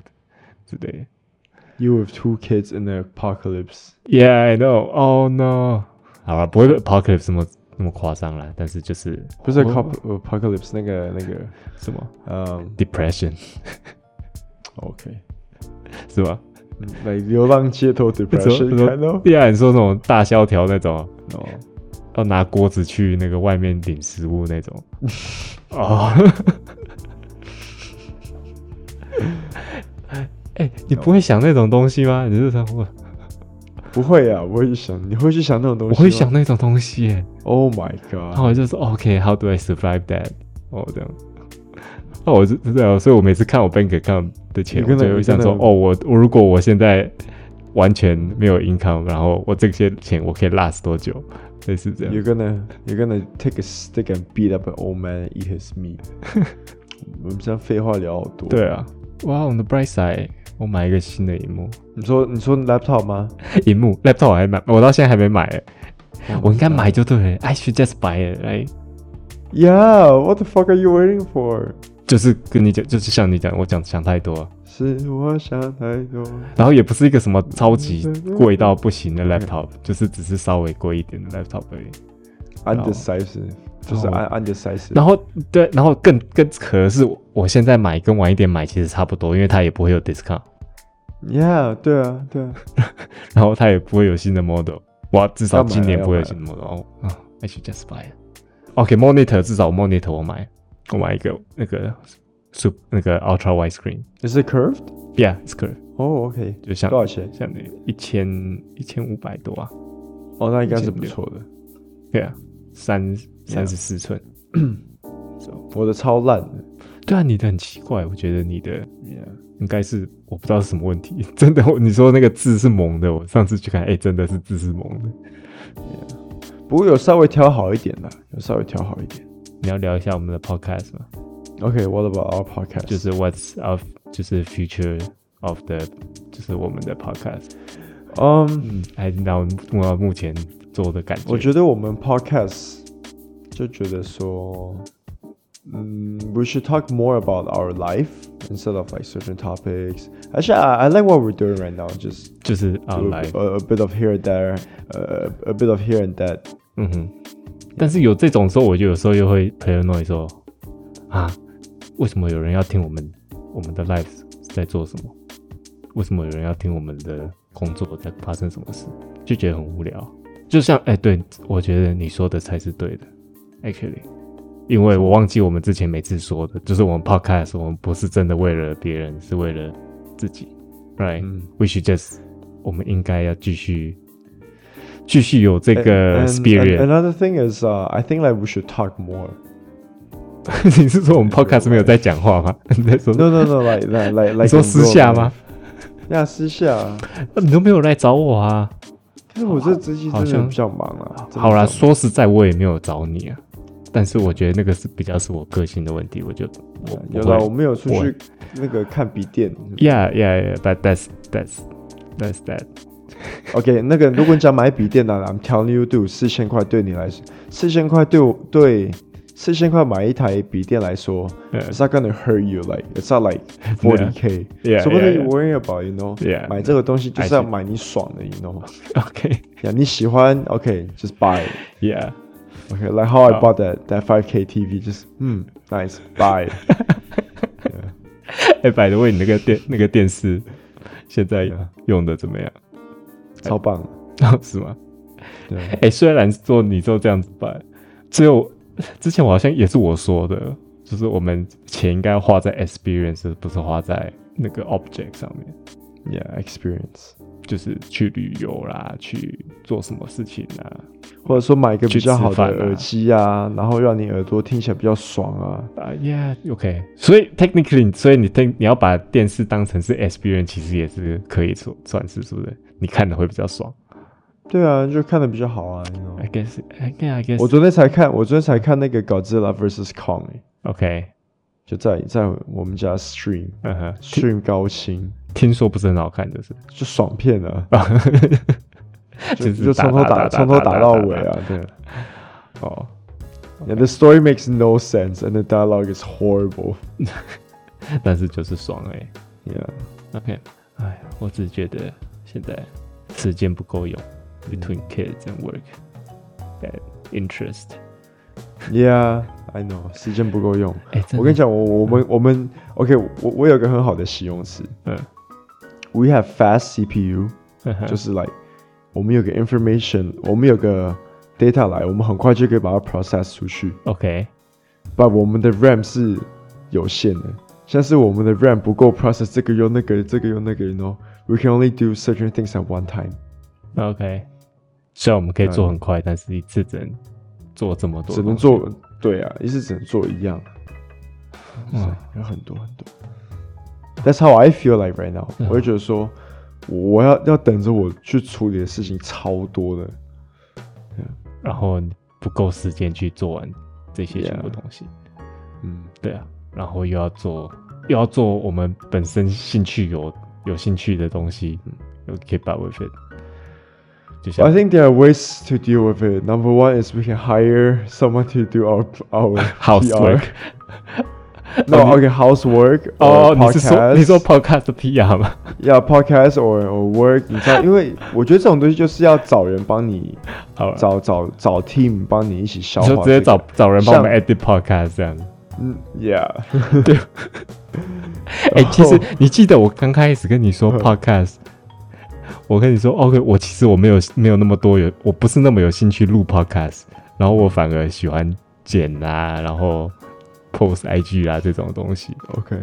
S2: 之类的。
S1: 哼，You with two kids in the apocalypse.
S2: Yeah, I know. Oh no. 好了，不会 apocalypse 那么那么夸张啦，但是就是
S1: 不是
S2: 我
S1: cop apocalypse 那个那个，
S2: 什么
S1: 嗯
S2: depression
S1: ，OK，
S2: 是
S1: 嗯
S2: 吧？Mm.
S1: 来流浪街头
S2: 什么
S1: depression，看到
S2: 对啊，你说那种大萧条那种，
S1: 哦，
S2: 要拿锅子去那个外面领食物那种。哦， 哎、你不会想那种东西吗？你是想我，
S1: 不会啊，我会去想，你会去想那种东
S2: 我
S1: 西，
S2: 会想。那种东西耶、
S1: Oh my
S2: 然后
S1: god！
S2: 我就说 OK，How、do I survive that？哦，这样。哦，我是这样，所以我每次看我 bank account 的钱，
S1: 你
S2: 我
S1: 跟那
S2: 就会想说，
S1: 你跟那
S2: 哦，我我如果我现在完全没有 income，然后我这些钱我可以 last 多久？类似这样
S1: You're。gonna, you're gonna take a stick and beat up an old man and eat his meat 。我们现在废话聊好多。
S2: 对，啊，哇、wow,，on the bright side，我买一个新的荧幕，
S1: 你说你说 laptop 吗？
S2: 荧幕 laptop 我还买，我到现在还没买欸，我应该
S1: Oh my
S2: 买就对了。I should just buy it，right？
S1: Yeah, what the fuck are you waiting for?
S2: 就是跟你讲，就是像你讲，我讲想太多，
S1: 是我想太多。
S2: 然后也不是一个什么超级贵到不行的 laptop，就是只是稍微贵一点的 laptop 而已。
S1: Undecisive，就是
S2: 然后
S1: un undecisive。
S2: 然后对，然后更更可是我现在买跟晚一点买其实差不多，因为它也不会有 discount，
S1: Yeah，对啊，对啊。
S2: 然后它也不会有新的 model，哇，至少
S1: 要买了
S2: 今年不会有
S1: 要买了
S2: 新的 model 哦。啊，I should just buy it。OK，monitor、至少 monitor 我买，我买一个那个 sup 那个 ultra wide screen，yeah，it's
S1: Is it curved？
S2: good，
S1: 哦、o k
S2: 就像
S1: 多少钱？
S2: 像那一千一千五百多啊，
S1: 哦、那应该是不错的。
S2: 对啊，三三十四寸。
S1: 我的超烂的
S2: 对啊，你的很奇怪，我觉得你的
S1: ，yeah，
S2: 应该是我不知道是什么问题， 真的，我你说那个字是蒙的，我上次去看，哎、真的是字是蒙的。
S1: 不过有稍微调好一点啦，有稍微调好一点。
S2: 你要聊一下我们的 podcast 吗？
S1: OK，what、about our podcast？
S2: 就是 What's of，就是 future of the，就是我们的 podcast。
S1: 嗯
S2: 嗯，还是到目到目前做的感觉，
S1: 我觉得我们 podcast 就觉得说，嗯，we should talk more about our life instead of like certain topics. Actually, I, I like what we're doing right now. Just
S2: 就是啊
S1: do
S2: 来
S1: a, a bit of here and there, uh, a bit of here and that.
S2: 嗯哼，但是有这种时候，我就有时候又会 paranoid 说啊，为什么有人要听我们我们的 life 在做什么？为什么有人要听我们的工作在发生什么事？就觉得很无聊。就像哎、对我觉得你说的才是对的，actually，因为我忘记我们之前每次说的，就是我们 podcast 我们不是真的为了别人，是为了自己，right？、
S1: 嗯
S2: We should just，我们应该要继续继续有这
S1: And-
S2: 个
S1: and-
S2: spirit。
S1: and another thing is, uh, I think like we should talk more.
S2: 你是说我们 podcast 没有在讲话吗？你在说
S1: No, no, no, like like like
S2: 你
S1: like
S2: 说私下吗？
S1: 呀，私下。
S2: 你都没有来找我啊？
S1: 但是我这最近
S2: 好
S1: 真的
S2: 像
S1: 比较忙啊。
S2: 好啦，
S1: 了，
S2: 说实在，我也没有找你啊。但是我觉得那个是比较是我个性的问题，我就我
S1: 有
S2: 我
S1: 了，
S2: 会
S1: 我们有出
S2: 我
S1: 去那个看笔电。
S2: Yeah, yeah, yeah. But that's that's that's that.
S1: OK，那个如果你想买笔电呢、i m telling you do 四千块对你来说，四千块对我对四千块买一台笔电来说
S2: 呃
S1: ，It's not gonna hurt you like it's not like forty k，
S2: Yeah,
S1: 什么都
S2: yeah, yeah.
S1: worry about you know。
S2: Yeah.
S1: 买这个东西就是
S2: I
S1: 要
S2: see.
S1: 买你爽的，you know。
S2: Okay.
S1: 呀，你喜欢 OK，just buy it。
S2: Yeah.
S1: Okay, like how I
S2: Oh.
S1: bought that that 5K TV, just hmm, nice, buy. it.
S2: 哎，百的为你那个电那个电视现在
S1: Yeah.
S2: 用的怎么样？
S1: 超棒的。
S2: 是吗？
S1: 对啊，
S2: 哎、虽然说你就这样子办，只有之前我好像也是我说的，就是我们钱应该花在 experience，不是花在那个 object 上面，
S1: Yeah, experience，
S2: 就是去旅游啦，去做什么事情啊，
S1: 或者说买一个比较好的
S2: 去吃饭啊
S1: 耳机啊，然后让你耳朵听起来比较爽啊。
S2: 啊、y e a h o k 所以 technically，所以你 t 你要把电视当成是 experience，其实也是可以说算是是不是？你看的会比较爽
S1: 对啊，就看的比较好啊。你知道吗
S2: ，I guess，I guess，I
S1: 我
S2: guess，OK，、
S1: 昨天才看，我昨天才看那个《Godzilla vs Kong、欸》，就在在我们家 stream
S2: 嗯哼，听
S1: stream 高清，
S2: 听说不是很好看，就是。
S1: 就爽片 啊，就
S2: 就是
S1: 就
S2: 打
S1: 从头
S2: 打打
S1: 从头
S2: 打
S1: 打
S2: 打
S1: 到
S2: 打
S1: 尾啊。对，哦。Yeah, the story makes no sense and the dialogue is horrible.
S2: 但是就是爽哎、
S1: Yeah.
S2: OK，哎，我只是觉得现在时间不够用，between
S1: 嗯
S2: kids and work and interest。
S1: Yeah, I know，时间不够用。
S2: 哎、真的
S1: 我跟你，讲，我我们我们 OK，我我有个很好的形容词
S2: 嗯，
S1: ，We have fast CPU，
S2: 呵呵
S1: 就是 like 我们有个 information，我们有个 data 来，我们很快就可以把它 process 出去。
S2: OK，
S1: 但我们的 RAM 是有限的，像是我们的 RAM 不够 process 这个又那个，这个又那个，you know，we can only do certain things at one time。
S2: 那 OK，虽然我们可以做很快，但是一次只能做这么多，
S1: 只能。做对啊，一次只能做一样，啊
S2: 嗯
S1: 有很多很多。That's how I feel like right now、
S2: 嗯
S1: 我就觉得说，我要要等着我去处理的事情超多的。
S2: 然后不够时间去做完这些
S1: Yeah
S2: 全部东西。
S1: 嗯，
S2: 对啊，然后又要做，又要做我们本身兴趣有有兴趣的东西，
S1: 嗯
S2: 有 keep up with it。就像
S1: I think there are ways to deal with it. Number one is we can hire someone to do our our
S2: housework
S1: PR.。No, okay, housework.
S2: 哦
S1: or，
S2: 你是说你说
S1: podcast
S2: podcast 的 PR 吗？
S1: yeah podcast or or work？你知道，因为我觉得这种东西就是要找人帮你
S2: 好啊了，
S1: 找找找 team 帮你一起消
S2: 你
S1: 化这
S2: 就
S1: 个。
S2: 直接找找人帮我们
S1: 像
S2: edit podcast 这 样子。
S1: 嗯，Yeah。
S2: 哎、其
S1: 然
S2: 实
S1: 后
S2: 你记得我刚开始跟你说
S1: 哦嗯
S2: podcast，我跟你说 OK，我其实我没有没有那么多有，我不是那么有兴趣录 podcast，然后我反而喜欢剪啊，然后 post IG 啊这种东西，
S1: OK。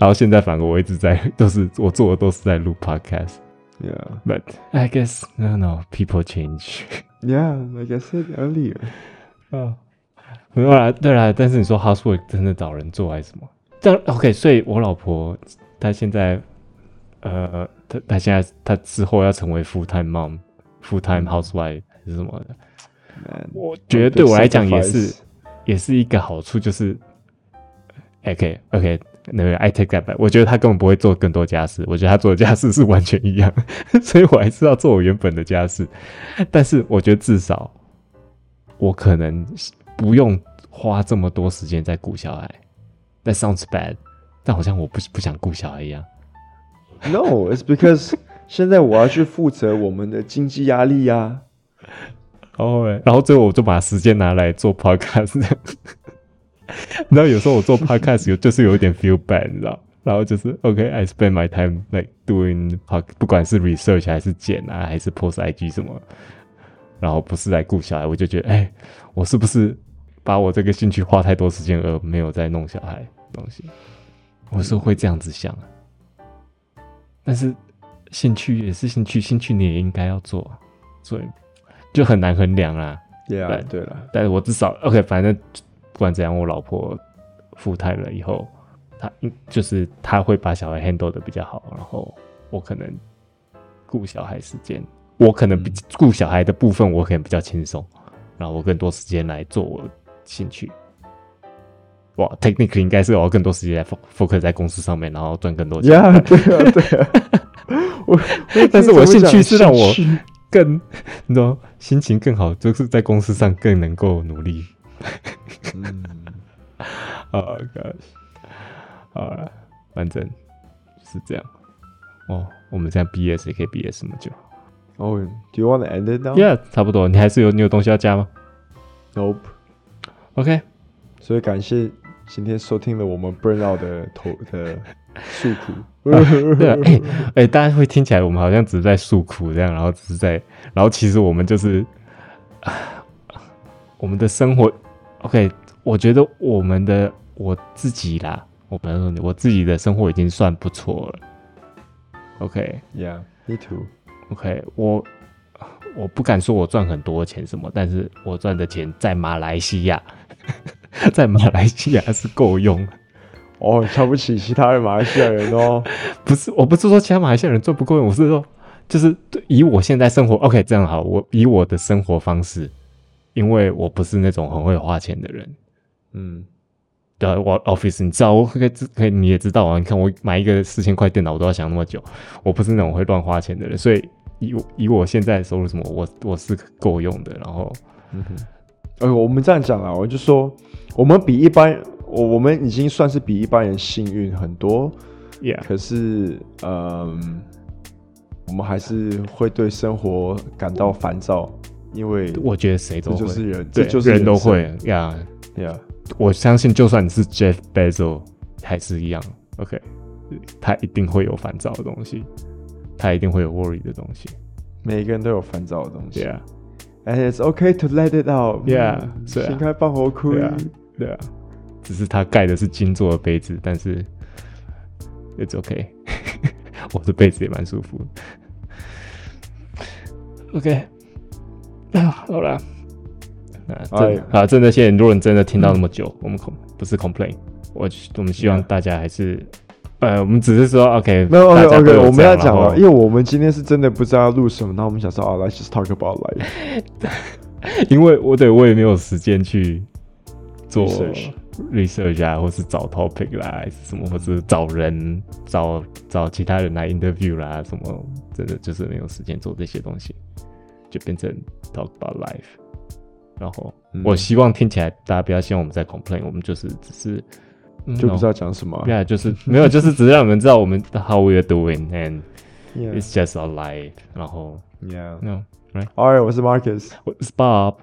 S2: 然后现在反而我一直在都是我做的都是在录 podcast，but
S1: Yeah.
S2: I guess no no people change。
S1: Yeah, like I said earlier.
S2: 嗯，没有啦，对啦，但是你说 housework 真的找人做还是什么？但 OK，所以我老婆她现在，呃，她她现在她之后要成为 full time mom、full time housewife 还是什么的，
S1: Man,
S2: 嗯我觉得对我来讲也
S1: sacrifice
S2: 是也是一个好处，就是，OK OK，那个 I take that back，我觉得他根本不会做更多家事，我觉得他做的家事是完全一样， 所以我还是要做我原本的家事，但是我觉得至少我可能不用花这么多时间在顾小孩。That sounds bad，但好像我不不想顾小孩一样。
S1: No, it's because 现在我要去负责我们的经济压力呀、啊。
S2: 哦，然后最后我就把时间拿来做 podcast，然后有时候我做 podcast 有就是有一点 feel bad，你知道？然后就是 OK，I、spend my time like doing pod，不管是 research 还是剪啊，还是 post IG 什么，然后不是来顾小孩，我就觉得，哎，我是不是把我这个兴趣花太多时间而没有在弄小孩东西？我是会这样子想啊，但是兴趣也是兴趣，兴趣你也应该要做啊，所以就很难衡量啦。
S1: Yeah，
S2: 对
S1: 对了，
S2: 但是我至少 OK，反正不管怎样，我老婆富态了以后，她应就是她会把小孩 handle 的比较好，然后我可能顾小孩时间，我可能比顾小孩的部分我可能比较轻松，然后我更多时间来做我兴趣。哇，technically 应该是我要更多时间来 fo- focus 在公司上面，然后赚更多钱。
S1: ，Yeah，对 啊，对啊。 我，
S2: 但是我兴趣是让我
S1: 兴趣
S2: 更， 你知道，心情更好，就是在公司上更能够努力。
S1: 嗯，
S2: 啊、God，好了，反正是这样。哦，我们现在 BS 也可以 BS 这么久
S1: 哦、d o you want to end it now?
S2: ？Yeah，差不多。你还是有你有东西要加吗
S1: Nope。
S2: ？OK，
S1: 所以感谢今天收听了我们 Burnout 的头的诉苦。
S2: 对啊，哎、哎、大家会听起来我们好像只是在诉苦这样，然后只是在，然后其实我们就是， 我们的生活，OK，我觉得我们的我自己啦，我不能说你，我自己的生活已经算不错了。OK，
S1: Yeah，me too。
S2: OK，我我不敢说我赚很多钱什么，但是我赚的钱在马来西亚， 在马来西亚是够用。
S1: 哦，瞧不起其他的马来西亚人哦。
S2: 不是，我不是说其他马来西亚人赚不够用，我是说，就是对以我现在生活，OK，这样好，我以我的生活方式，因为我不是那种很会花钱的人，
S1: 嗯，
S2: 对啊，我 Office，你知道，我可以可以，你也知道啊。你看我买一个四千块电脑，我都要想那么久。我不是那种会乱花钱的人，所以以我以我现在的收入什么，我我是够用的。然后，
S1: 呃，我们这样讲啊，我就说我们比一般，我我们已经算是比一般人幸运很多。
S2: yeah，
S1: 可是，嗯，我们还是会对生活感到烦躁，因为
S2: 我觉得谁都
S1: 这
S2: 会，
S1: 就是人，
S2: 对
S1: 这就是
S2: 人都
S1: 生
S2: 会呀。Yeah，
S1: ，Yeah，
S2: 我相信，就算你是 Jeff Bezos，还是一样。OK，他一定会有烦躁的东西，他一定会有 worry 的东西。
S1: 每个人都有烦躁的东西
S2: Yeah，
S1: ，And it's okay to let it out。
S2: Yeah，是啊
S1: 先开放火哭
S2: 对。啊对啊，只是他盖的是金做的杯子，但是 it's okay，我的被子也蛮舒服的。OK，啊，好啦，那真
S1: 哎
S2: 啊，真的谢谢，如果你真的听到那么久，我们 com 不是 complain，我我们希望
S1: Yeah
S2: 大家还是。呃，我们只是说 OK，
S1: 没有
S2: 大
S1: OK
S2: 家都
S1: OK，
S2: 有
S1: 我们
S2: 这样
S1: 要讲啊
S2: 然后
S1: 了，因为我们今天是真的不知道要录什么，那我们想说啊，Let's just talk about life。
S2: 因为我对我也没有时间去做
S1: Research
S2: research 啊，或是找 topic 啦，还是什么，或者找人、找找其他人来 interview 啦，什么，真的就是没有时间做这些东西，就变成 talk about life。然后、
S1: 嗯
S2: 我希望听起来大家不要希望我们在 complain，我们就是只是
S1: 就不知道讲什么啊。
S2: 对啊，就是没有，就是只是让你们知道我们 how we are doing and
S1: Yeah
S2: it's just our life。然后
S1: Yeah。
S2: ，no，
S1: All right，我是 Marcus，
S2: 我是 Bob。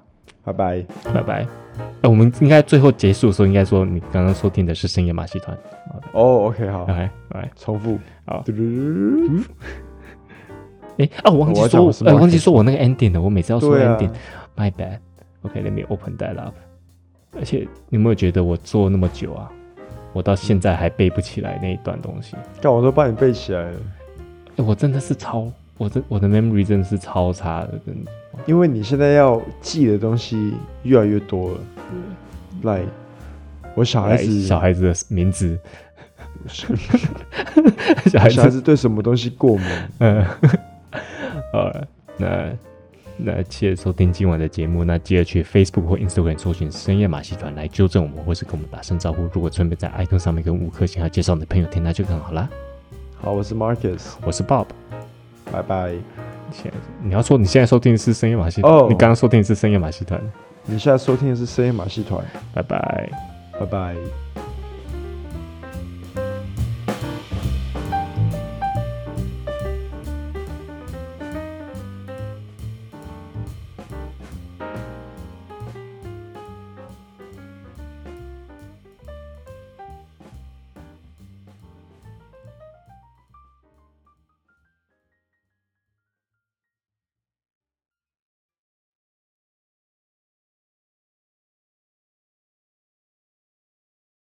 S1: 拜拜。
S2: 拜拜。呃，我们应该最后结束的时候，应该说你刚刚收听的是深夜马戏团。
S1: 哦，OK，好，
S2: OK，拜。
S1: 重复。
S2: 好嗯
S1: 嘟嘟嘟嘟嘟。
S2: 哎，啊，我忘记
S1: 我要
S2: 说
S1: 讲
S2: 我
S1: 的，是
S2: 呃，
S1: Marcus
S2: 忘记说我那个 ending 了。我每次要说
S1: 对啊
S2: ending，my、bad。OK，let、me open that up。而且你有没有觉得我做那么久啊，我到现在还背不起来那一段东西？
S1: 干，我都帮你背起来了，
S2: 哎，我真的是超，我真我的 memory 真的是超差的，真的。
S1: 因为你现在要记的东西越来越多了。 like 我小孩
S2: 来
S1: 子
S2: 小孩子的名 字，
S1: 小
S2: 小孩
S1: 孩
S2: 子，
S1: 子对什么东西过敏？
S2: 嗯， 好了，那那谢谢收听今晚的节目，那记得去 Facebook 或 Instagram 搜寻深夜马戏团来纠正我们，或是跟我们打声招呼。如果顺便在 iTunes 上面跟五颗星还有介绍你的朋友听，那就更好啦。
S1: 好，我是 Marcus，
S2: 我是 Bob，
S1: 拜拜。
S2: 现在你要说你现在收听的是深夜马戏团，
S1: 哦
S2: 你刚刚收听的是深夜马戏团，
S1: 你现在收听的是深夜马戏团，
S2: 拜拜。
S1: 拜拜。